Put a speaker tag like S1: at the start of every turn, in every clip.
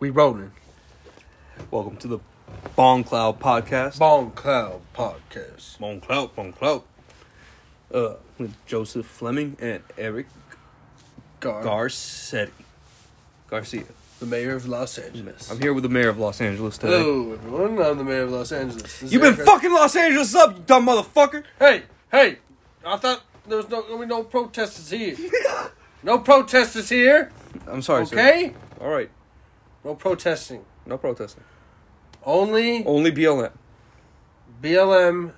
S1: We rolling.
S2: Welcome to the Bong Cloud Podcast.
S1: Bone Cloud Podcast.
S2: Bong Cloud, Bong Cloud. Uh, with Joseph Fleming and Eric
S1: Gar,
S2: Garcetti. Garcia.
S1: the mayor of Los Angeles.
S2: I'm here with the mayor of Los Angeles today.
S1: Hello, everyone. I'm the mayor of Los Angeles. This is
S2: You've been
S1: Eric-
S2: fucking Los Angeles up, you dumb motherfucker.
S1: Hey, hey! I thought there was no gonna be no protesters here. no protesters here.
S2: I'm sorry, sir.
S1: Okay.
S2: All right.
S1: No protesting.
S2: No protesting.
S1: Only
S2: Only BLM
S1: BLM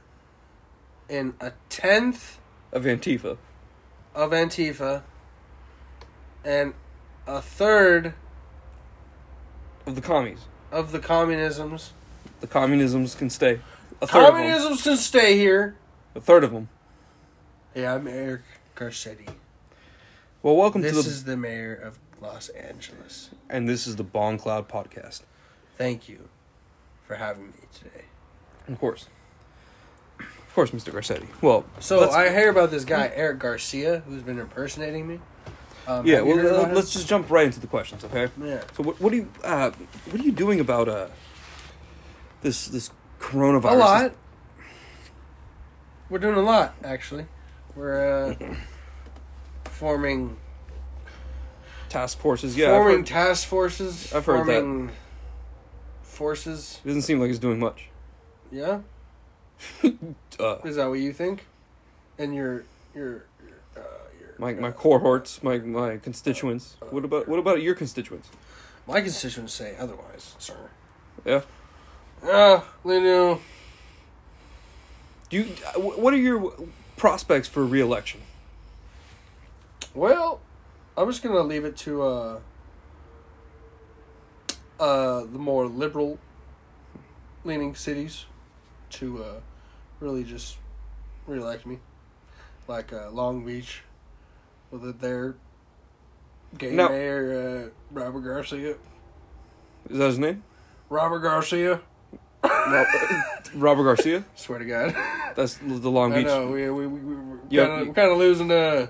S1: and a tenth
S2: of Antifa.
S1: of Antifa and a third
S2: Of the commies.
S1: of the communisms.
S2: The communisms can stay. A third of them.
S1: Communisms can stay here.
S2: A third of them.
S1: Yeah, I'm Eric Garcetti.
S2: Well, welcome
S1: This
S2: to the...
S1: is the mayor of Los Angeles.
S2: and this is the Bong Cloud Podcast.
S1: Thank you for having me today.
S2: Of course. Of course, Mr. Garcetti. Well,
S1: So
S2: let's- Hmm?
S1: I hear about this guy Eric Garcia who's been impersonating me. Um,
S2: Yeah,
S1: have you
S2: well,
S1: heard
S2: let-
S1: about
S2: let's just jump right into the questions, okay?
S1: him? yeah.
S2: So, what, what are you, uh, what are you doing about uh, this this coronavirus?
S1: A lot. We're doing a lot actually. We're uh, forming
S2: This task forces, yeah. I've
S1: forming
S2: heard-
S1: task forces.
S2: I've heard that.
S1: forming Forces,
S2: it doesn't seem like it's doing much.
S1: yeah.
S2: Uh,
S1: Is that what you think? And your your uh, your
S2: my my cohorts, my my constituents. What about what about your constituents?
S1: my constituents say otherwise, sir.
S2: Yeah.
S1: Ah, they knew.
S2: Do you? uh, wh- What are your prospects for reelection?
S1: Well, I'm just gonna leave it to uh, uh, the more liberal leaning cities to uh, really just reelect me, like uh, Long Beach, with their gay
S2: No.
S1: mayor uh, Robert Garcia.
S2: Is that his name?
S1: Robert Garcia.
S2: Rob- Robert Garcia.
S1: Swear to God,
S2: That's the Long
S1: I
S2: Beach.
S1: know we we we we
S2: Yeah,
S1: kind
S2: you-
S1: of kind of losing uh,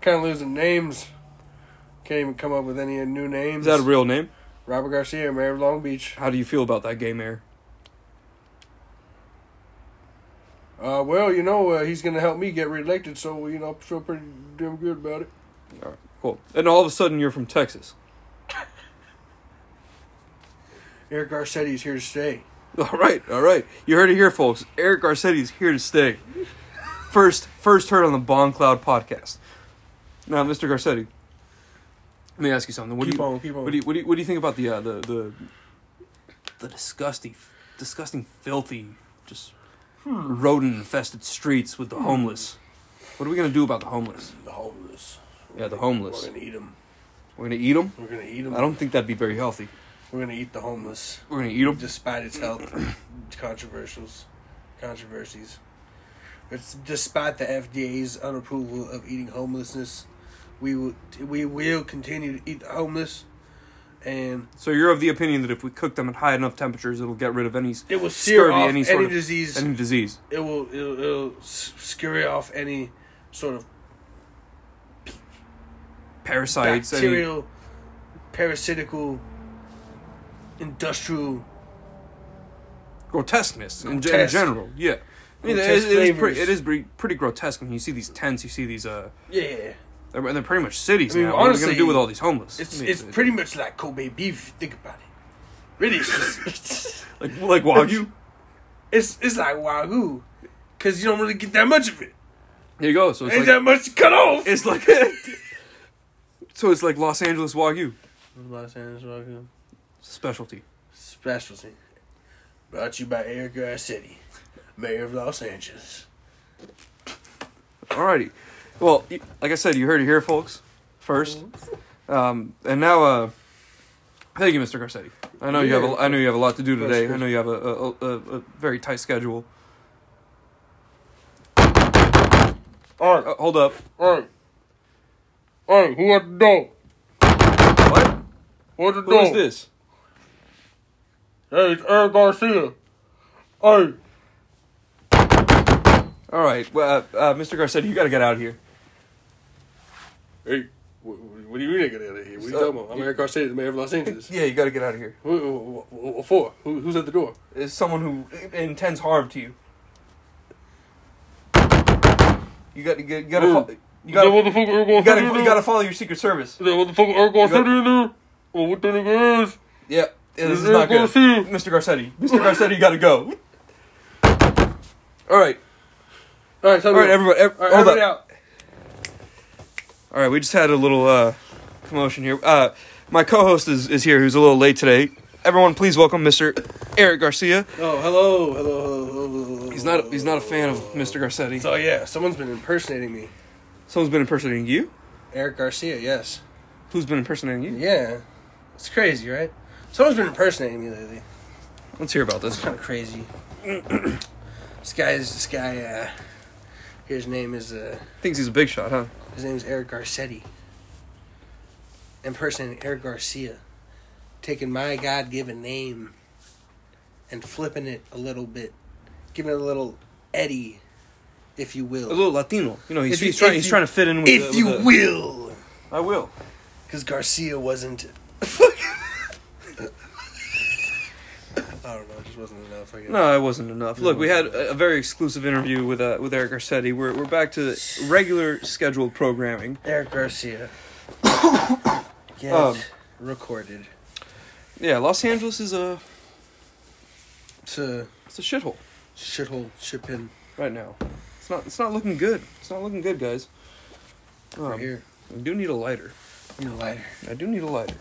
S1: kind of losing names. Can't even come up with any new names.
S2: Is that a real name?
S1: Robert Garcia, Mayor of Long Beach.
S2: How do you feel about that gay mayor?
S1: Uh, well, you know, uh, he's going to help me get reelected, so, you know, I feel pretty damn good about it.
S2: All right, cool. And all of a sudden, you're from Texas.
S1: Eric Garcetti's here to stay.
S2: All right, all right. You heard it here, folks. Eric Garcetti's here to stay. First, first heard on the Bong Cloud podcast. Now, Mr. Garcetti, let me ask you something. What
S1: keep
S2: do you,
S1: on, keep on.
S2: What do you, what do you, what do you think about the, uh, the, the, the disgusting, disgusting, filthy, just
S1: Hmm.
S2: rodent-infested streets with the homeless? What are we gonna do about the homeless?
S1: the homeless.
S2: Yeah, the
S1: We're
S2: homeless.
S1: going to eat them.
S2: We're gonna eat them.
S1: We're going to eat them.
S2: I don't think that'd be very healthy.
S1: We're going to eat the homeless,
S2: We're gonna eat them.
S1: despite its health controversials, controversies. It's despite the FDA's unapproval of eating homelessness, we will, we will continue to eat the homeless, and
S2: So you're of the opinion that if we cook them at high enough temperatures, it'll get rid of any
S1: it will sear
S2: scurvy,
S1: off
S2: any
S1: any,
S2: sort of
S1: disease.
S2: any disease.
S1: it will it'll, it'll s- scurry off any sort of
S2: Parasites, any,
S1: bacterial, parasitical, industrial.
S2: grotesqueness in, ge- in
S1: Grotesque.
S2: general. Yeah, I mean, it,
S1: Grotesque
S2: is- it is
S1: flavors.
S2: pretty, it is pretty, pretty grotesque when you see these tents. You see these uh,
S1: Yeah,
S2: they're, they're pretty much cities
S1: I mean,
S2: now. What are we gonna
S1: honestly,
S2: do with all these homeless?
S1: it's
S2: I mean,
S1: it's
S2: it-
S1: pretty much like Kobe beef. if you Think about it. Really, it's just,
S2: like like wagyu.
S1: it's it's like wagyu, because you don't really get that much of it.
S2: There you go. So it's like
S1: Ain't that much to cut off.
S2: it's like so it's like Los Angeles wagyu
S1: Los Angeles wagyu
S2: specialty.
S1: specialty, brought to you by Eric Garcetti, Mayor of Los Angeles.
S2: Alrighty, well, y- like I said, you heard it here, folks. First, Um, and now, uh, thank you, Mr. Garcetti. I know you have a, I know you have a lot to do today. I know you have a, a, a, a very tight schedule.
S1: All right,
S2: Uh, hold up.
S1: all right, all right. Who at the door?
S2: What?
S1: Who at the
S2: Who
S1: door?
S2: is this?
S1: Hey, it's Eric Garcia. Hey,
S2: All right, well, uh, uh, Mr. Garcetti, you got to get out of here.
S1: hey, what, what, What do you mean I gotta get out of here? What are you talking about? I'm Eric Garcetti, the mayor of Los Angeles.
S2: Yeah, you got to get out of here.
S1: What, what, what, what for? Who, who's at the door?
S2: It's someone who intends harm to you. You got to get. You got to.
S1: Ooh.
S2: Fo- you got.
S1: what
S2: to
S1: the fuck are
S2: You got. You got to follow your secret service.
S1: What the fuck are
S2: You got-
S1: in there? Well, what the nigga is?
S2: Yeah, yeah, this is
S1: Mr.
S2: not good.
S1: Garcetti.
S2: Mr. Garcetti. Mr. Garcetti, you got to go. All right.
S1: All right,
S2: All
S1: tell me.
S2: right, everybody. ev-
S1: All right,
S2: hold up.
S1: everybody out.
S2: All right, we just had a little uh, commotion here. Uh, my co-host is, is here, who's a little late today. Everyone, please welcome Mr. Eric Garcia.
S1: Oh, hello, hello, hello, hello, hello.
S2: He's not he's not a fan of Mr. Garcetti.
S1: So yeah, someone's been impersonating me.
S2: Someone's been impersonating you.
S1: Eric Garcia, yes.
S2: Who's been impersonating you?
S1: Yeah, it's crazy, right? Someone's been impersonating me lately.
S2: Let's hear about this.
S1: kind of crazy. this guy is this guy. Uh, his name is uh,
S2: Thinks he's a big shot, huh?
S1: his name is Eric Garcetti. Impersonating Eric Garcia, taking my God-given name and flipping it a little bit, giving it a little Eddie, if you will,
S2: A little Latino. You know, he's,
S1: If you-
S2: he's trying
S1: if
S2: he's
S1: you-
S2: trying to fit in with.
S1: if
S2: the,
S1: you
S2: with the-
S1: will,
S2: I will.
S1: because Garcia wasn't. I don't know. It just wasn't enough. I guess.
S2: No, it wasn't enough. Look, we had a, a very exclusive interview with uh, with Eric Garcetti. We're we're back to regular scheduled programming.
S1: Eric Garcia. Get
S2: Um,
S1: recorded.
S2: Yeah, Los Angeles is a
S1: It's a
S2: it's a shithole.
S1: shithole ship in
S2: right now. It's not. It's not looking good. It's not looking good, guys.
S1: right
S2: Um,
S1: here.
S2: I do need a lighter.
S1: Need a lighter.
S2: I do need a lighter.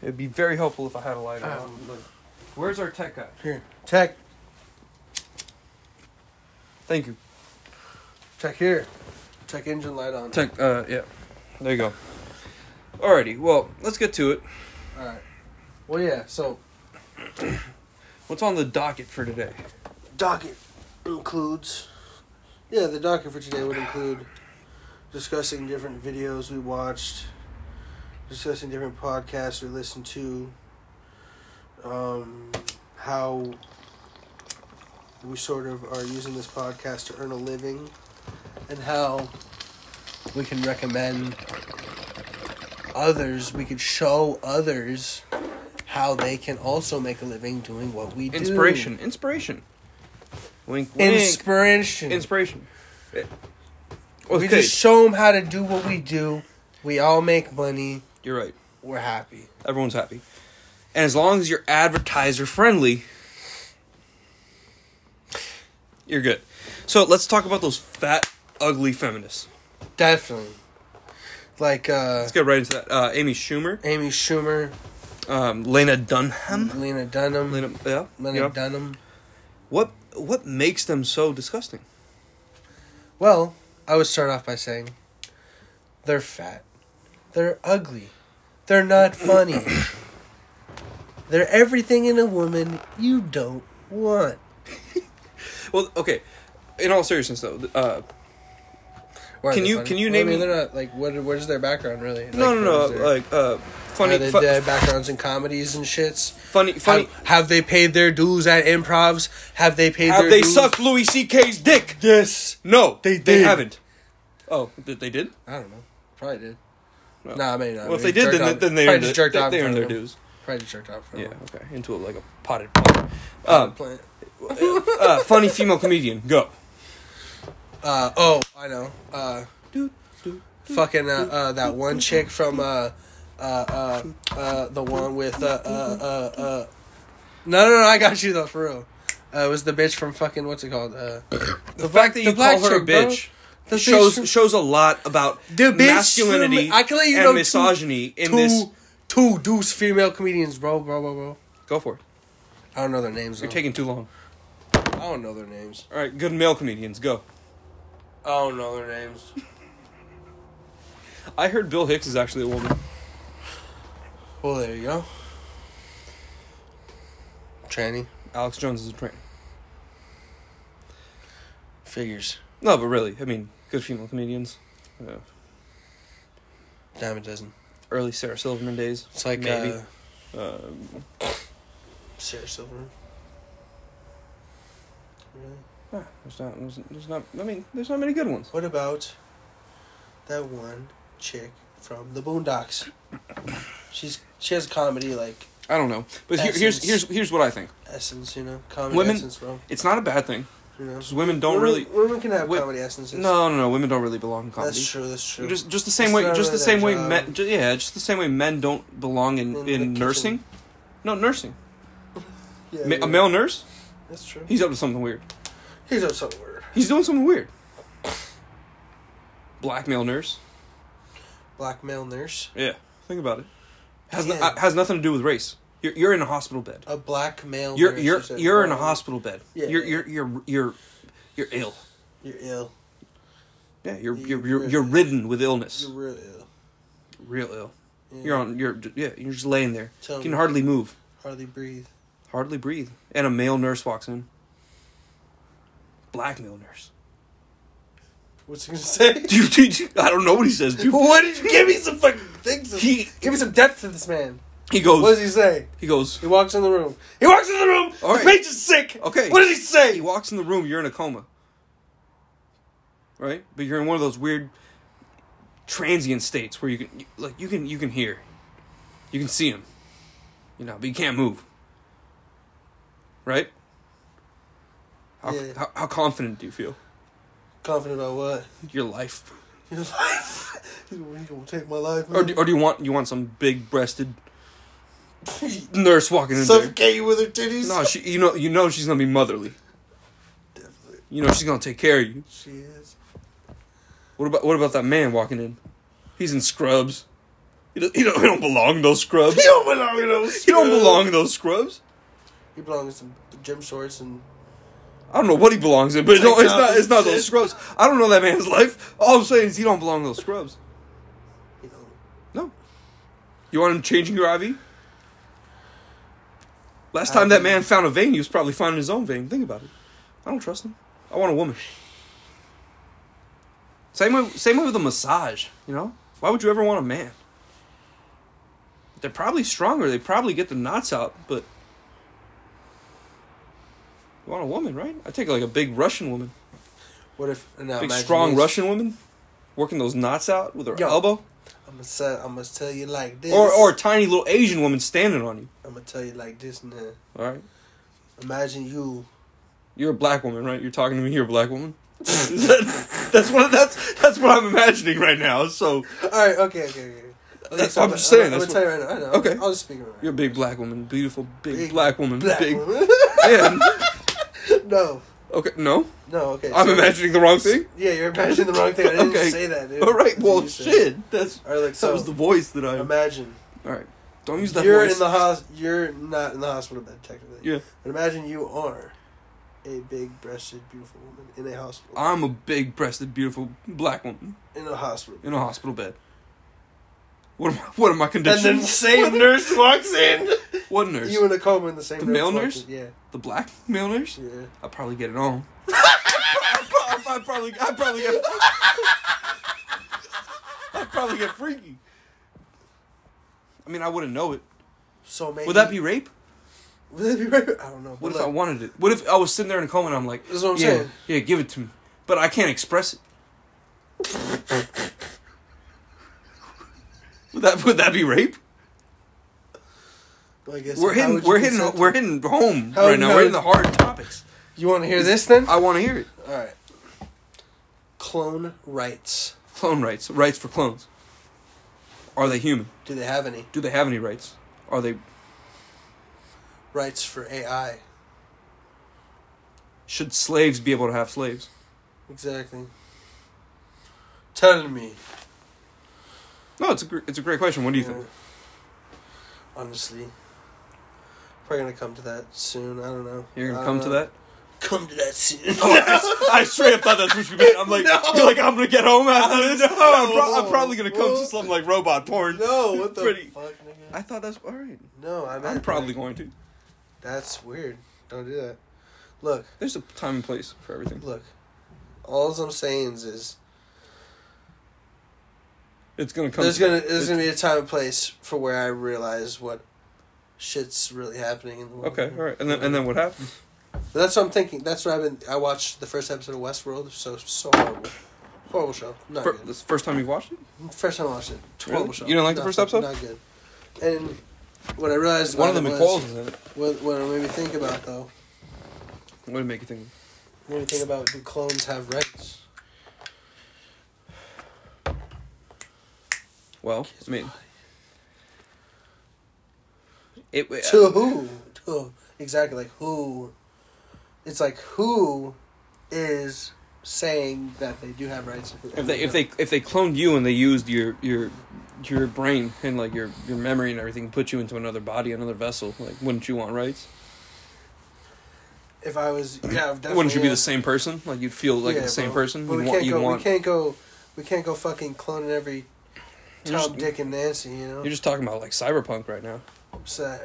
S2: It'd be very helpful if I had a lighter.
S1: Um,
S2: Ah, Look. Where's our tech guy?
S1: Here. Tech.
S2: Thank you.
S1: Tech here. Tech engine light on.
S2: Tech. Uh, yeah. There you go. Alrighty. Well, let's get to it.
S1: Alright. Well yeah, so
S2: What's on the docket for today?
S1: docket includes Yeah, the docket for today would include discussing different videos we watched, discussing different podcasts we listened to, um, how we sort of are using this podcast to earn a living, and how we can recommend others, we could show others how they can also make a living doing what we do.
S2: Inspiration. Inspiration. Wink. wink.
S1: Inspiration.
S2: Inspiration. Eh,
S1: We
S2: Okay.
S1: just show them how to do what we do. We all make money.
S2: You're right.
S1: We're happy.
S2: Everyone's happy. And as long as you're advertiser friendly, you're good. So let's talk about those fat, ugly feminists.
S1: Definitely. Like uh,
S2: Let's get right into that. Uh, Amy Schumer,
S1: Amy Schumer,
S2: um, Lena Dunham.
S1: Lena Dunham, Lena,
S2: Lena, yeah, yeah.
S1: Dunham.
S2: What what makes them so disgusting?
S1: Well, I would start off by saying they're fat. They're ugly. They're not funny. they're everything in a woman you don't want.
S2: Well, okay. In all seriousness, though, th- uh,
S1: Why are
S2: Can
S1: they
S2: you-
S1: funny?
S2: can you
S1: Well,
S2: name
S1: I mean,
S2: me-
S1: they're not like what? Where's their background
S2: no,
S1: really? Like,
S2: no,
S1: what
S2: no,
S1: is their-
S2: like uh, funny,
S1: are they
S2: fu-
S1: their backgrounds in comedies and shits?
S2: funny, funny.
S1: Have, have they paid their dues at improvs? Have they paid
S2: Have
S1: their
S2: they
S1: dues?
S2: sucked Louis C.K.'s dick?
S1: Yes.
S2: No,
S1: They
S2: They
S1: did.
S2: haven't. Oh, th- they did.
S1: I don't know. Probably did.
S2: Well,
S1: nah, maybe not.
S2: Well, if they
S1: Maybe
S2: did,
S1: jerked
S2: then,
S1: off-
S2: then they
S1: probably
S2: earned,
S1: just
S2: their-
S1: jerked off
S2: they,
S1: in
S2: earned their
S1: front of them. Oh.
S2: dues.
S1: Probably just jerked off.
S2: Yeah, okay. Into like a potted plant. Um,
S1: Plant.
S2: uh, funny female comedian, go.
S1: Uh, oh, I know. Uh,
S2: Dude, dude.
S1: fucking uh, uh, that one chick from uh, uh, uh, uh, the one with uh, uh, uh, uh. No, no, no. I got you though, for real. Uh, it was the bitch from fucking what's it called? Uh,
S2: The fact that you
S1: black
S2: call her a
S1: chick, bro.
S2: bitch
S1: The bitch
S2: shows
S1: from-
S2: shows a lot about
S1: The bitch
S2: masculinity
S1: from- I can let you
S2: and
S1: know two-
S2: misogyny in
S1: two,
S2: this.
S1: two deuce female comedians, bro, bro, bro, bro.
S2: Go for it.
S1: I don't know their names. Though.
S2: You're taking too long.
S1: I don't know their names.
S2: All right, good male comedians, go.
S1: I don't know their names.
S2: I heard Bill Hicks is actually a woman.
S1: Well, there you go. Tranny
S2: Alex Jones is a train.
S1: figures.
S2: No, but really, I mean, good female comedians. Uh,
S1: Dime a dozen.
S2: early Sarah Silverman days.
S1: It's like
S2: maybe.
S1: Uh,
S2: Um,
S1: Sarah Silverman. Really?
S2: ah, there's not. There's, there's not. I mean, there's not many good ones.
S1: What about that one chick from the Boondocks. She's she has comedy like
S2: I don't know, but here, here's
S1: Essence.
S2: here's here's what I think.
S1: essence, you know, comedy
S2: Women-
S1: essence, bro.
S2: It's not a bad thing.
S1: You know,
S2: 'cause women don't
S1: women,
S2: really.
S1: women can have
S2: Wi-
S1: comedy essences.
S2: No, no, no. Women don't really belong in comedy.
S1: that's true. That's true.
S2: Just just the same
S1: It's
S2: way.
S1: not
S2: Just the
S1: really
S2: same
S1: their
S2: way
S1: job.
S2: men. ju- yeah, just the same way men don't belong in
S1: In
S2: in,
S1: the kitchen.
S2: nursing. No nursing.
S1: yeah,
S2: Ma-
S1: yeah.
S2: A male nurse.
S1: That's true.
S2: He's up to something weird.
S1: He's up something weird.
S2: He's doing something weird. Black male nurse.
S1: Black male nurse.
S2: Yeah. Think about it. Has no-
S1: Yeah.
S2: uh, has nothing to do with race. You're you're in a hospital bed.
S1: A black male.
S2: You're
S1: nurse
S2: you're
S1: is a-
S2: you're in a hospital bed.
S1: "Oh." Yeah.
S2: You're you're you're you're you're ill.
S1: You're ill.
S2: Yeah. You're
S1: You-
S2: you're you're,
S1: you're-
S2: you're ridden with illness.
S1: You're real ill.
S2: Real ill.
S1: Yeah.
S2: You're on. You're yeah. You're just laying there.
S1: Tell
S2: Can
S1: me.
S2: hardly move.
S1: Hardly breathe.
S2: Hardly breathe. And a male nurse walks in. Black male nurse.
S1: What's he gonna say?
S2: Dude, dude, dude, I don't know what he says, dude.
S1: What did you give me some fucking things?
S2: He-
S1: give me some depth to this man.
S2: He
S1: What
S2: goes.
S1: does he say?
S2: He goes.
S1: He walks in the room. He walks in the room.
S2: All
S1: The
S2: right.
S1: patient's sick.
S2: Okay.
S1: What does he say?
S2: He walks in the room. You're in a coma. Right, but you're in one of those weird transient states where you can, you- like, you can you can hear, you can see him, you know, but you can't move. Right. How,
S1: Yeah.
S2: how, how confident do you feel?
S1: Confident about what?
S2: Your life.
S1: Your life. He's gonna- he's gonna take my life.
S2: Or
S1: man.
S2: do, or do you want you want some big breasted nurse walking in there?
S1: Suffocate you with her titties.
S2: No, she you know you know she's gonna be motherly.
S1: Definitely.
S2: You know she's gonna take care of you.
S1: She is.
S2: What about what about that man walking in? He's in scrubs. He don't, he don't, he don't belong in those scrubs.
S1: You don't belong in those.
S2: He don't
S1: scrubs.
S2: belong in those scrubs.
S1: He belongs in some gym shorts and
S2: I don't know what he belongs in, but no, it's not it's not
S1: Shit.
S2: those scrubs. I don't know that man's life. All I'm saying is he don't belong in those scrubs.
S1: you know.
S2: No. You want him changing your IV? Last time that man found a vein, he was probably finding his own vein. Think about it. I don't trust him. I want a woman. Same way, same way with a massage. You know, why would you ever want a man? They're probably stronger. They probably get the knots out, but you want a woman, right? I take like a big Russian woman,
S1: What if now?
S2: big
S1: imagine
S2: strong
S1: this.
S2: Russian woman, working those knots out with her
S1: Yo.
S2: elbow,
S1: I'm gonna say, I'm gonna tell you like this.
S2: or or a tiny little Asian woman standing on you.
S1: I'm gonna tell you like this now.
S2: All right.
S1: Imagine you.
S2: You're a black woman, right? You're talking to me. You're a black woman. That- that's what that's that's what I'm imagining right now. So
S1: All right. Okay. Okay. Okay.
S2: That's- I'm just
S1: gonna-
S2: saying,
S1: I'm
S2: that's
S1: gonna tell you right now. I know.
S2: Okay.
S1: I'll just speak right
S2: you're
S1: now.
S2: a big black woman, beautiful big,
S1: Big
S2: black woman,
S1: Black
S2: big.
S1: woman.
S2: Yeah.
S1: no.
S2: Okay. No,
S1: No. Okay.
S2: I'm
S1: so-
S2: imagining the wrong thing.
S1: Yeah, you're imagining the wrong thing. I didn't
S2: Okay.
S1: say that, dude.
S2: All right. Well,
S1: You said-
S2: shit. That's
S1: All right. Like so.
S2: that was the voice that I.
S1: imagine
S2: All right. Don't use that
S1: you're
S2: voice.
S1: in the hos. You're not in the hospital bed technically.
S2: Yeah.
S1: But imagine you are a big-breasted, beautiful woman in a hospital.
S2: I'm a big-breasted, beautiful black woman
S1: in a hospital.
S2: in a hospital bed. What am I, what am I
S1: And
S2: conditioned?
S1: then the same nurse walks in.
S2: what nurse?
S1: You in a coma in the same
S2: The
S1: nurse
S2: male
S1: walks
S2: nurse?
S1: in. Yeah.
S2: the black male nurse?
S1: Yeah.
S2: I probably get it on. I, pro- I probably, I probably get. I probably get freaky. I mean, I wouldn't know it.
S1: So maybe
S2: Would that be rape?
S1: Would that be right? I don't know.
S2: What
S1: but
S2: if I
S1: like,
S2: wanted it? What if I was sitting there in a coma and I'm like,
S1: That's what I'm
S2: yeah,
S1: saying.
S2: yeah, give it to me, but I can't express it. would that would that be rape?
S1: I guess
S2: We're
S1: how
S2: hitting,
S1: would you
S2: we're hitting,
S1: consent to-
S2: we're hitting home
S1: How-
S2: right now.
S1: how
S2: we're
S1: would-
S2: hitting the hard topics.
S1: You want to hear this then?
S2: I want to hear it.
S1: All right. Clone rights.
S2: Clone rights, rights for clones. Are they human?
S1: Do they have any
S2: Do they have any rights? Are they
S1: rights for AI?
S2: should slaves be able to have slaves?
S1: Exactly. Telling me.
S2: No, it's a gr- it's a great question. What do you
S1: Yeah.
S2: think?
S1: Honestly, probably gonna come to that soon. I don't know.
S2: You're gonna
S1: I
S2: come
S1: don't
S2: to
S1: know.
S2: that?
S1: Come to that soon.
S2: Oh, I, s- I straight up thought that's what you meant. I'm like,
S1: No.
S2: you're like, I'm gonna get home after this. I'm, pro- I'm
S1: No.
S2: probably gonna come to
S1: Well-
S2: something like robot porn.
S1: no, what the
S2: Pretty-
S1: fuck, nigga?
S2: I thought that's all right.
S1: no, I meant
S2: I'm probably going to.
S1: That's weird. Don't do that. Look,
S2: There's a time and place for everything.
S1: look. All I'm saying is,
S2: It's gonna come.
S1: there's gonna there's gonna be a time and place for where I realize what shit's really happening in the world.
S2: Okay, all right, and then and then what happens?
S1: But that's what I'm thinking. That's what I've been. I watched the first episode of Westworld. So so horrible, Horrible show. Not
S2: Fir-
S1: good.
S2: this first time you watched it?
S1: First time I watched it. Horrible
S2: Really?
S1: show.
S2: You didn't like the
S1: Not-
S2: first episode?
S1: Not good. And what I realized
S2: One of the
S1: about it
S2: McCalls
S1: was-
S2: is in it.
S1: What, what it made me think about though,
S2: What did it make you think?
S1: made me think about do clones have rights?
S2: Well, I mean, it. wa-
S1: To who? To exactly like who? It's like who is saying that they do have rights?
S2: if they if they if they cloned you and they used your your your brain and like your your memory and everything put you into another body another vessel like wouldn't you want rights
S1: if I was yeah definitely
S2: wouldn't you be
S1: yeah.
S2: the same person like you'd feel like
S1: Yeah,
S2: the same
S1: but-
S2: person
S1: But
S2: you'd
S1: we
S2: want
S1: can't
S2: you'd
S1: go.
S2: want
S1: We can't go. We can't go fucking cloning every
S2: You're
S1: Tom,
S2: just-
S1: Dick, and Nancy. You know.
S2: you're just talking about like cyberpunk right now
S1: So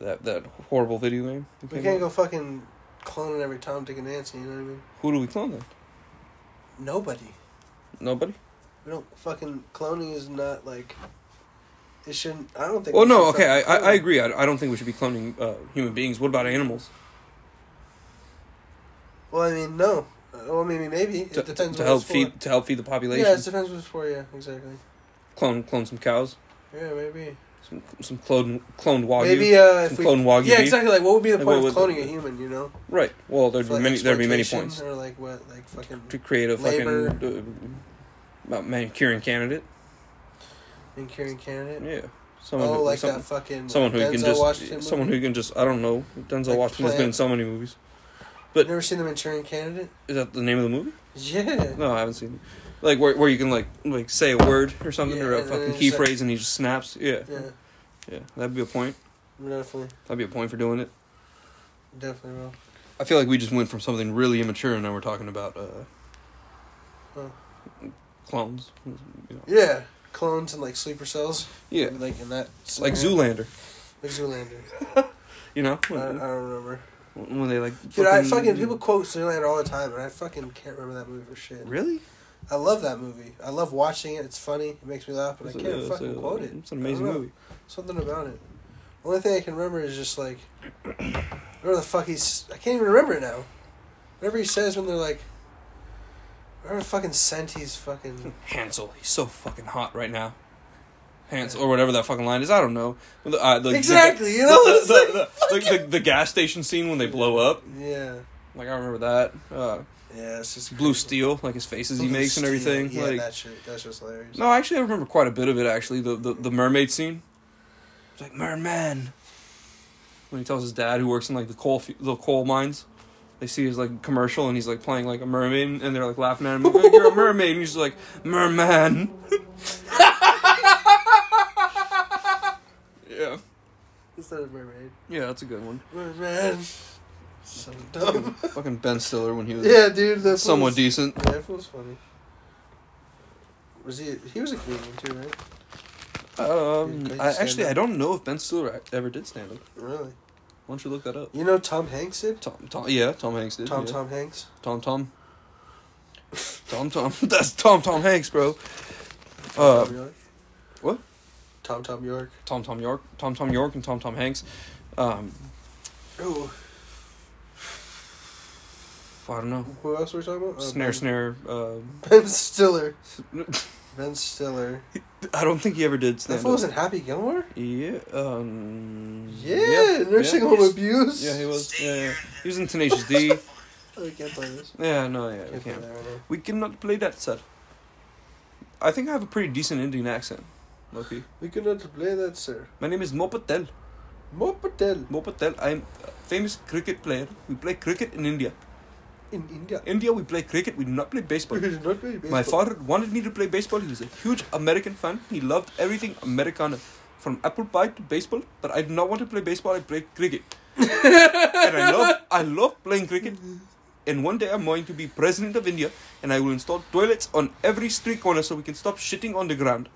S2: that that horrible video game that
S1: we
S2: came
S1: can't
S2: out.
S1: go fucking cloning every Tom, Dick, and Nancy. You know what I mean?
S2: who do we clone then
S1: Nobody.
S2: nobody
S1: We don't fucking cloning is not like. It shouldn't. I don't think.
S2: well
S1: we
S2: no
S1: should
S2: okay I,
S1: fucking
S2: I, I
S1: clone.
S2: agree I, I don't think we should be cloning uh, human beings what about animals
S1: Well, I mean, no. Uh, Well, I mean, maybe it
S2: to,
S1: depends.
S2: to
S1: what
S2: help
S1: it's for.
S2: feed to help feed the population
S1: Yeah, it depends what it's for. Yeah, exactly.
S2: clone clone some cows
S1: Yeah, maybe.
S2: some some cloned cloned wagyu
S1: Maybe uh, if
S2: some
S1: we
S2: cloned wagyu
S1: yeah,
S2: beef.
S1: exactly. Like, what would be the
S2: Like,
S1: point
S2: what
S1: of
S2: would
S1: cloning
S2: the-
S1: a human? You know,
S2: Right. Well, there'd
S1: For,
S2: be
S1: like,
S2: many. There'd be many
S1: exploitation
S2: points
S1: Or like what, like fucking
S2: to create a fucking
S1: labor.
S2: uh, about manicuring candidate.
S1: and curing candidate.
S2: Yeah. Someone
S1: oh,
S2: who,
S1: like
S2: some-
S1: that fucking
S2: someone who
S1: Denzel
S2: can just
S1: Washington
S2: someone
S1: movie?
S2: who can just I don't know. Denzel
S1: Like,
S2: Washington has
S1: plan-
S2: been in so many movies.
S1: You've never seen the Manchurian Candidate?
S2: Is that the name of the movie?
S1: Yeah.
S2: No, I haven't seen it. Like where where you can like like say a word or something or
S1: Yeah,
S2: a
S1: and then
S2: fucking
S1: it's
S2: key
S1: like-
S2: phrase and he just snaps. Yeah.
S1: Yeah,
S2: Yeah. That'd be a point.
S1: definitely,
S2: That'd be a point for doing it.
S1: definitely will.
S2: I feel like we just went from something really immature and now we're talking about uh
S1: Huh.
S2: clones. You know.
S1: Yeah, clones and like sleeper cells.
S2: Yeah.
S1: like in that.
S2: Like
S1: scenario.
S2: Zoolander,
S1: Like Zoolander.
S2: you know?
S1: I, I don't remember.
S2: When they like
S1: Uh, Dude, I fucking people quote Zoolander all the time, and I fucking can't remember that movie for shit.
S2: really.
S1: I love that movie. I love watching it. It's funny. It makes me laugh, but I can't fucking quote it.
S2: It's an
S1: I don't
S2: amazing
S1: know.
S2: movie.
S1: Something about it. The only thing I can remember is just like, whatever the fuck he's. I can't even remember it now. Whatever he says when they're like, whatever fucking scent he's fucking.
S2: Hansel, he's so fucking hot right now. Hansel, or whatever that fucking line is, I don't know. The- uh, the- the-
S1: exactly, you
S2: The,
S1: know. It's like-
S2: the, the, the, the- the gas station scene when they blow up,
S1: yeah,
S2: like I remember that. Uh,
S1: yeah. It's just
S2: Blue
S1: crazy.
S2: Steel, like his faces he
S1: Blue
S2: makes and
S1: Steel.
S2: everything.
S1: Yeah,
S2: like
S1: that shit. That's just hilarious.
S2: no, actually I remember quite a bit of it. Actually, the the, the mermaid scene. It's like merman. When he tells his dad, who works in like the coal f- the coal mines, they see his like commercial and he's like playing like a mermaid and they're like laughing at him. Like, You're a mermaid. And he's just like merman. yeah,
S1: Instead of mermaid,
S2: yeah, that's a good one.
S1: merman. So dumb.
S2: Fucking Ben Stiller when he was
S1: yeah, dude. That
S2: somewhat
S1: fool's-
S2: decent.
S1: Yeah, that fool's funny. Was he? He was a comedian too, right?
S2: Um,
S1: Great
S2: I, actually
S1: stand-up.
S2: I don't know if Ben Stiller ever did stand up.
S1: Really?
S2: Why don't you look that up?
S1: You know Tom Hanks did?
S2: Tom, Tom, yeah, Tom Hanks did.
S1: Tom
S2: yeah.
S1: Tom Hanks.
S2: Tom Tom. Tom Tom. That's Tom Tom Hanks, bro. Uh,
S1: Tom York.
S2: what?
S1: Tom Tom York.
S2: Tom Tom York, Tom Tom York, and Tom Tom Hanks. Um,
S1: Ooh,
S2: I don't know.
S1: who else were we talking about? Uh,
S2: Snare
S1: ben,
S2: snare. Uh,
S1: Ben Stiller. Ben Stiller.
S2: I don't think he ever did
S1: That
S2: stand
S1: fool was in
S2: up.
S1: Happy Gilmore.
S2: Yeah. Um,
S1: Yeah,
S2: yeah,
S1: nursing
S2: yeah.
S1: home abuse.
S2: Yeah, he was. Yeah, yeah. he was in Tenacious D.
S1: I can't play this.
S2: Yeah, no, yeah, we
S1: Can't play
S2: can't.
S1: that right now.
S2: We cannot play that, sir. I think I have a pretty decent Indian accent, Loki.
S1: We cannot play that, sir.
S2: My name is Mo Patel.
S1: Mo Patel
S2: Mo Patel, I'm a famous cricket player. We play cricket in India.
S1: in India.
S2: India, we play cricket. We do not play baseball.
S1: We did not play baseball.
S2: My father wanted me to play baseball. He was a huge American fan. He loved everything Americana, from apple pie to baseball. But I did not want to play baseball. I played cricket, and I love I love playing cricket. And one day I'm going to be president of India, and I will install toilets on every street corner so we can stop shitting on the ground.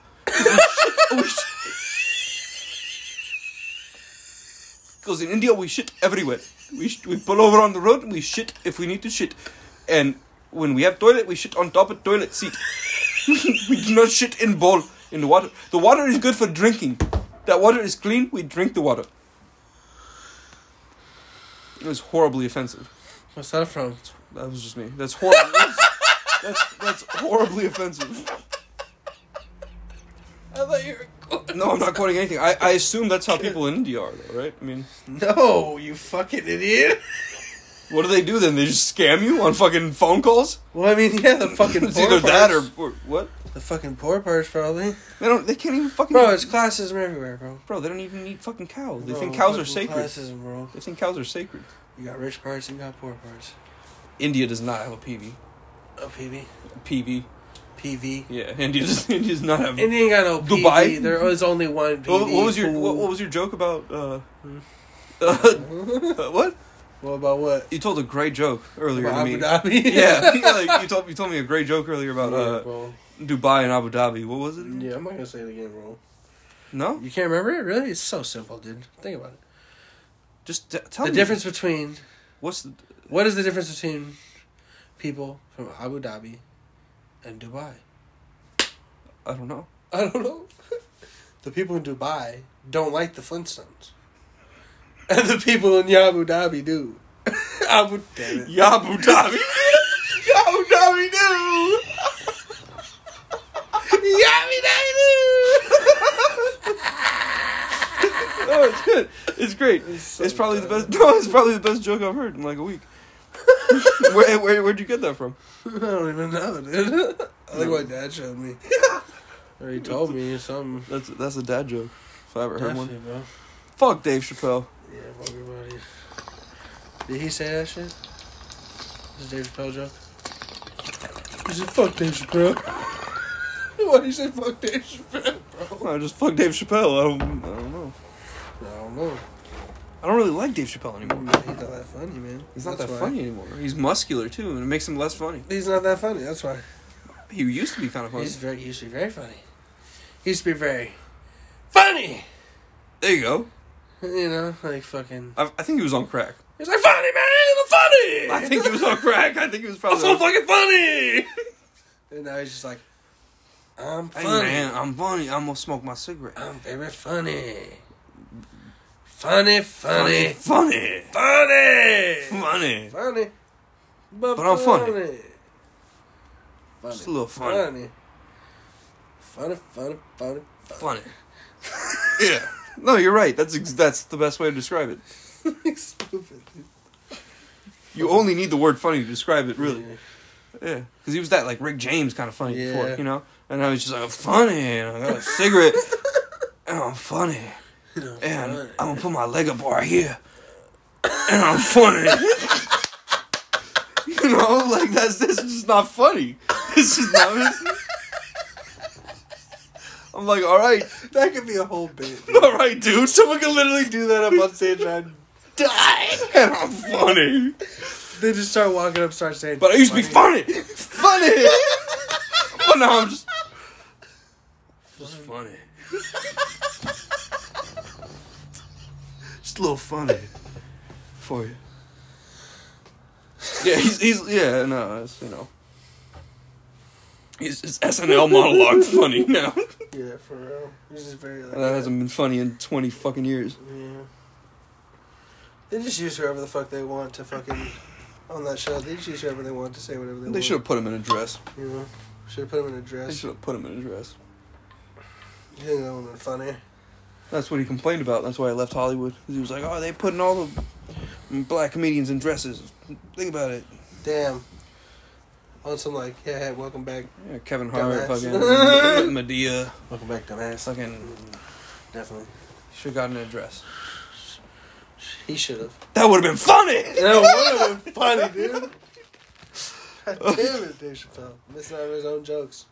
S2: Because in India we shit everywhere. We sh- we pull over on the road and we shit if we need to shit, and when we have toilet we shit on top of toilet seat. we do not shit in bowl in the water. The water is good for drinking. That water is clean. We drink the water. It was horribly offensive.
S1: What's that from?
S2: That was just me. That's horrible. That's that's horribly offensive. I thought you were. No, I'm not quoting anything. I, I assume that's how people in India are, though, right? I mean,
S1: No, you fucking idiot.
S2: what do they do then? They just scam you on fucking phone calls?
S1: Well, I mean, yeah, the fucking
S2: it's
S1: poor
S2: either that or,
S1: parts.
S2: or what?
S1: the fucking poor parts probably.
S2: They don't. They can't even fucking.
S1: Bro, it's classism everywhere, bro.
S2: Bro, they don't even eat fucking cow. They
S1: Bro,
S2: think cows are
S1: fucking
S2: sacred.
S1: Classism, bro.
S2: They think cows are sacred.
S1: You got rich parts and you got poor parts.
S2: India does not have a PV.
S1: Oh, PV,
S2: PV.
S1: PV.
S2: Yeah, India does. India does not have.
S1: And you ain't got no PV.
S2: Dubai?
S1: There was only one PV.
S2: What, what was your
S1: fool.
S2: what, what was your joke about? Uh, uh, what
S1: What about what?
S2: you told a great joke earlier
S1: About
S2: to
S1: Abu
S2: me.
S1: Dhabi.
S2: yeah, yeah, like you told you told me a great joke earlier about
S1: yeah,
S2: uh,
S1: bro.
S2: Dubai and Abu Dhabi. What was it? again?
S1: Yeah, I'm not gonna say it again, bro.
S2: No,
S1: You can't remember it, really? It's so simple, dude. Think about it.
S2: just t- tell
S1: the
S2: me
S1: difference between
S2: What's the,
S1: what is the difference between people from Abu Dhabi and Dubai?
S2: I don't know.
S1: I don't know. the people in Dubai don't like the Flintstones, and the people in Abu Dhabi do. Abu, damn it.
S2: Abu Dhabi. Abu Dhabi, dude. Oh, it's good. It's great. It's,
S1: so
S2: probably the
S1: dumb.
S2: best. No, it's probably the best joke I've heard in like a week. where, where where'd you get that from?
S1: I don't even know, dude. I think my dad showed me. or he told me something.
S2: That's that's a dad joke. If I ever heard one.
S1: Definitely, bro.
S2: Fuck Dave Chappelle.
S1: Yeah, fuck everybody. Did he say that shit? Is Dave Chappelle joke? He said, fuck Dave Chappelle. Why did he say fuck Dave Chappelle, bro?
S2: No, just fuck Dave Chappelle. I don't, I don't know.
S1: I don't know.
S2: I don't really like Dave Chappelle anymore.
S1: He's not that funny, man.
S2: He's not
S1: That's
S2: that
S1: why.
S2: funny anymore. He's muscular too, and it makes him less funny.
S1: He's not that funny, that's why.
S2: He used to be kind of funny.
S1: He's very, he used to be very funny. He used to be very funny!
S2: There you go.
S1: You know, like fucking.
S2: I, I think he was on crack.
S1: He's like, funny, man! I'm funny!
S2: I think he was on crack. I think he was
S1: I'm
S2: probably.
S1: so fucking funny! and now he's just like, I'm
S2: Hey
S1: funny.
S2: man, I'm funny. I'm gonna smoke my cigarette.
S1: I'm very funny. Funny, funny,
S2: funny,
S1: funny,
S2: funny.
S1: funny. But,
S2: But I'm funny.
S1: Funny,
S2: Just a little funny,
S1: funny, funny, funny.
S2: funny. yeah. No, you're right. That's ex- that's the best way to describe it.
S1: funny. Stupid. dude.
S2: You only need the word funny to describe it, really.
S1: Yeah.
S2: Yeah, because he was that like Rick James kind of funny
S1: Yeah.
S2: before, you know. And I was just like, I'm funny, and I got a cigarette, and I'm funny,
S1: You know,
S2: and
S1: funny.
S2: I'm gonna put my leg up right here, and I'm funny. you know, like that's this is not funny. This is not. It's, I'm like, all right,
S1: that could be a whole bit.
S2: all right, dude. Someone can literally do that up on stage, and I'd die, and I'm funny.
S1: They just start walking up, start saying.
S2: But I used to be funny. Funny. but now I'm just. Just funny. just a little funny. For you. Yeah, he's. he's yeah, no, it's, you know. He's it's SNL monologue funny now.
S1: Yeah, for real. This is very like.
S2: that hasn't been funny in 20 fucking years.
S1: Yeah. They just use whoever the fuck they want to fucking on that show. They just use whoever they want to say whatever they, want.
S2: They should have put him in a dress.
S1: You know, should have put him in a
S2: They
S1: dress.
S2: should have put him in a dress.
S1: You think that would have been funny?
S2: That's what he complained about. That's why I left Hollywood. 'Cause He was like, "Oh, they putting all the black comedians in dresses." Think about it.
S1: Damn. On some like, yeah, hey, welcome back,
S2: Yeah, Kevin Hart,
S1: Dumbass.
S2: fucking Medea,
S1: welcome back, dumbass. Like,
S2: fucking
S1: definitely,
S2: should have gotten in a dress.
S1: he should have.
S2: That would have been funny.
S1: That would have been funny, dude. God damn it, Dave Chappelle, missing out on his own jokes.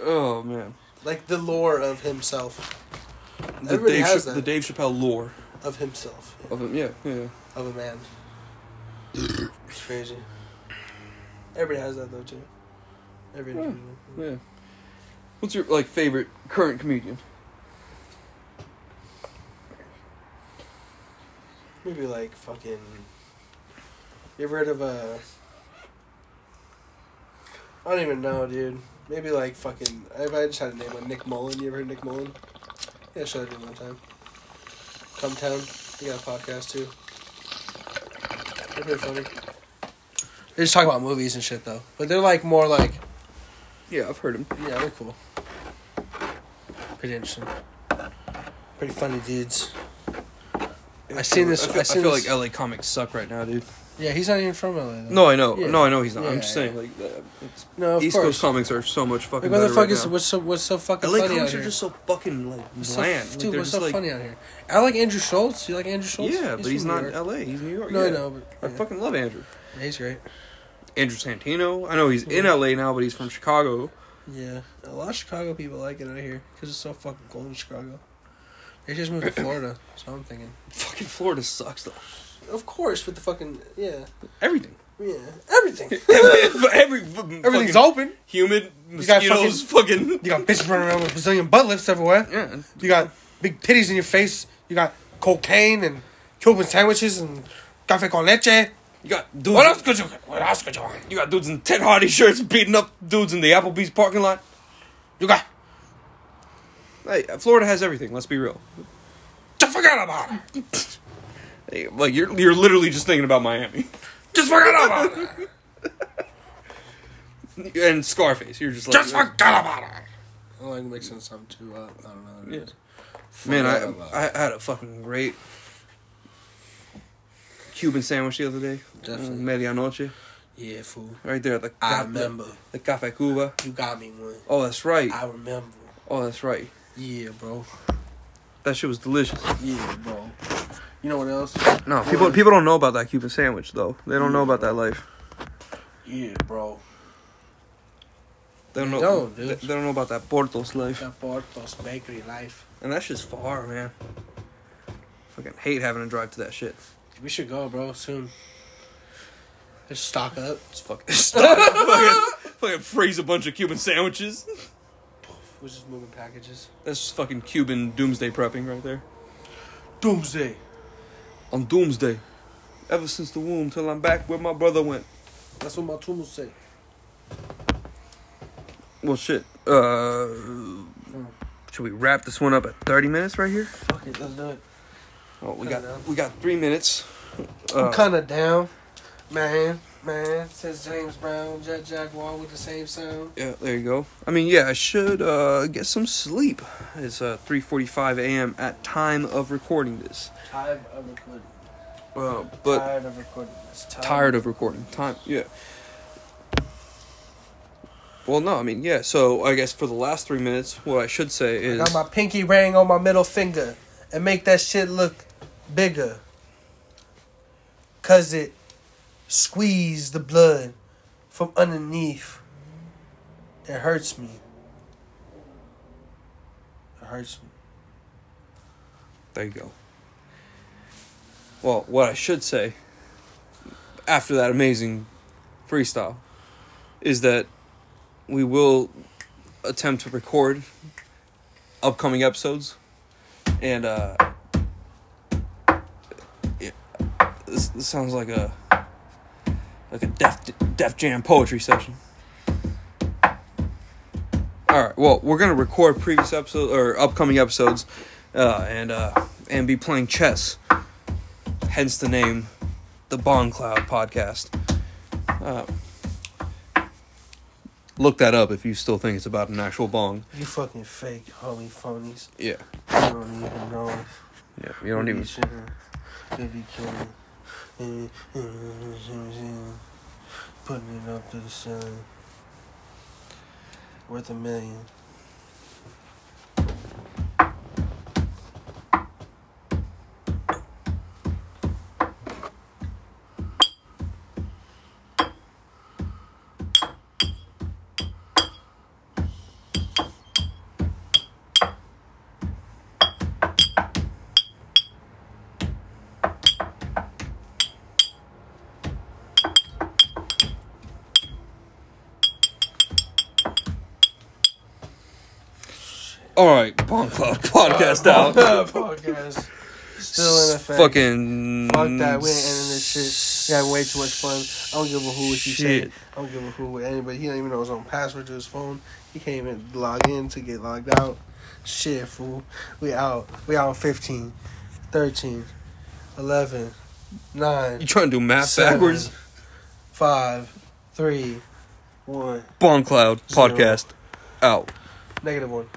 S2: Oh man,
S1: Like the lore of himself,
S2: the
S1: Everybody
S2: Dave,
S1: has
S2: Cha-
S1: that.
S2: the Dave Chappelle lore
S1: of himself,
S2: of him. Yeah, yeah.
S1: of a man. It's crazy. Everybody has that though too. Every
S2: Yeah.
S1: individual.
S2: Yeah. What's your like favorite current comedian?
S1: Maybe like fucking. You ever heard of a? I don't even know, dude. Maybe like fucking. I, I just had a name one. Nick Mullen. You ever heard of Nick Mullen? Yeah, I showed him one time. Come Town. He got a podcast too. They're pretty funny. They just talk about movies and shit though, but they're like more like
S2: Yeah, I've heard him.
S1: yeah, they're cool. Pretty interesting. Pretty funny dudes. I seen this-
S2: I feel,
S1: I seen
S2: feel
S1: this-
S2: like LA comics suck right now, dude.
S1: Yeah, he's not even from LA. Though.
S2: No, I know.
S1: Yeah.
S2: No, I know he's not.
S1: Yeah,
S2: I'm just
S1: yeah.
S2: saying, like, the, it's,
S1: no, of
S2: East
S1: course.
S2: Coast comics are so much fucking
S1: Like, what the
S2: better
S1: fuck
S2: right
S1: is
S2: now.
S1: what's so what's so fucking
S2: LA
S1: funny out
S2: comics
S1: here?
S2: are just so fucking like
S1: What's
S2: bland.
S1: So,
S2: Like,
S1: dude,
S2: they're
S1: what's
S2: just,
S1: so
S2: like-
S1: funny out here? I like Andrew Schultz. You like Andrew Schultz?
S2: Yeah, but he's
S1: from
S2: not
S1: New York.
S2: LA. He's New York.
S1: No,
S2: yeah.
S1: I know.
S2: I
S1: But, yeah.
S2: fucking love Andrew.
S1: Yeah, he's great.
S2: Andrew Santino. I know he's in LA now, but he's from Chicago.
S1: Yeah, a lot of Chicago people like it out here because it's so fucking cold in Chicago. They just moved to Florida, so I'm thinking.
S2: Fucking Florida sucks though.
S1: Of course, with the fucking yeah,
S2: Everything.
S1: yeah, everything.
S2: every, every fucking
S1: Everything's open.
S2: humid
S1: got
S2: mosquitoes. Fucking,
S1: You got bitches running around with Brazilian butt lifts everywhere.
S2: yeah.
S1: You got big titties in your face. You got cocaine and Cuban sandwiches and cafe con leche.
S2: You got dudes.
S1: What else could you? What else could you? want?
S2: You got dudes in Ted Hardy shirts beating up dudes in the Applebee's parking lot.
S1: You got.
S2: Hey, Florida has everything. Let's be real.
S1: Just forget about it.
S2: Hey, like you're you're literally just thinking about Miami
S1: Just forget about it.
S2: and Scarface. You're just like
S1: Just forget about it. I'm like mixing some too up. I don't know. What
S2: it is. Man,
S1: Forget about
S2: I I had a fucking great Cuban sandwich the other day. Mm,
S1: Definitely.
S2: Medianoche.
S1: Yeah, fool.
S2: Right there at the
S1: I
S2: ca-
S1: remember.
S2: the Cafe Cuba.
S1: You got me one.
S2: Oh, that's right.
S1: I remember.
S2: Oh, that's right.
S1: Yeah, bro.
S2: That shit was delicious.
S1: Yeah, bro. You know what else?
S2: No, people people don't know about that Cuban sandwich though. They don't know about that life.
S1: Yeah, bro.
S2: They don't
S1: They
S2: know.
S1: don't,
S2: they,
S1: dude.
S2: they don't know about that Portos life.
S1: That Portos bakery life.
S2: And that's just far, man. Fucking hate having to drive to that shit.
S1: We should go, bro, soon. Just stock up.
S2: It's fucking stop. fucking, fucking freeze a bunch of Cuban sandwiches.
S1: We're just moving packages.
S2: That's just fucking Cuban doomsday prepping right there.
S1: Doomsday.
S2: On doomsday, ever since the womb till I'm back where my brother went.
S1: That's what my tumors say.
S2: Well, shit. Uh, should we wrap this one up at 30 minutes right here?
S1: Fuck it, let's do it.
S2: Oh, we
S1: Cut
S2: got
S1: it down.
S2: we got three minutes. Uh,
S1: I'm kind of down. Man, man, says James Brown, Jet Jaguar with the same sound.
S2: Yeah, there you go. I mean, yeah, I should uh, get some sleep. It's uh, 3:45 a.m. at time of recording this.
S1: Tired of recording.
S2: Uh, but
S1: tired of recording this.
S2: tired of recording time. Yeah. Well, no, I mean, yeah. So I guess for the last three minutes, what I should say
S1: I
S2: is
S1: got my pinky ring on my middle finger and make that shit look bigger. Cause it squeezed the blood from underneath. It hurts me. It hurts me.
S2: there you go. Well, what I should say after that amazing freestyle is that we will attempt to record upcoming episodes and uh yeah, this, this sounds like a like a def def jam poetry session all right well we're gonna record previous episodes or upcoming episodes uh and uh and be playing chess hence the name the Bond Cloud podcast. Uh, look that up if you still think it's about an actual bong.
S1: You fucking fake homie phonies.
S2: Yeah,
S1: You don't even know.
S2: yeah. You don't even.
S1: They be killing. Putting it up to the ceiling. Worth a million.
S2: All right, Bond Cloud podcast out.
S1: Podcast. Still in effect.
S2: Fucking.
S1: Fuck that. We ain't ending this shit. We had way too much fun. I don't give a who what you say.
S2: Shit.
S1: I don't give a who what anybody. He don't even know his own password to his phone. He can't even log in to get logged out. Shit, fool. We out. We out 15, 13, 11, 9.
S2: You trying to do math
S1: Seven.
S2: backwards?
S1: five, three, one.
S2: Bon Cloud
S1: Zero.
S2: Podcast out.
S1: Negative one.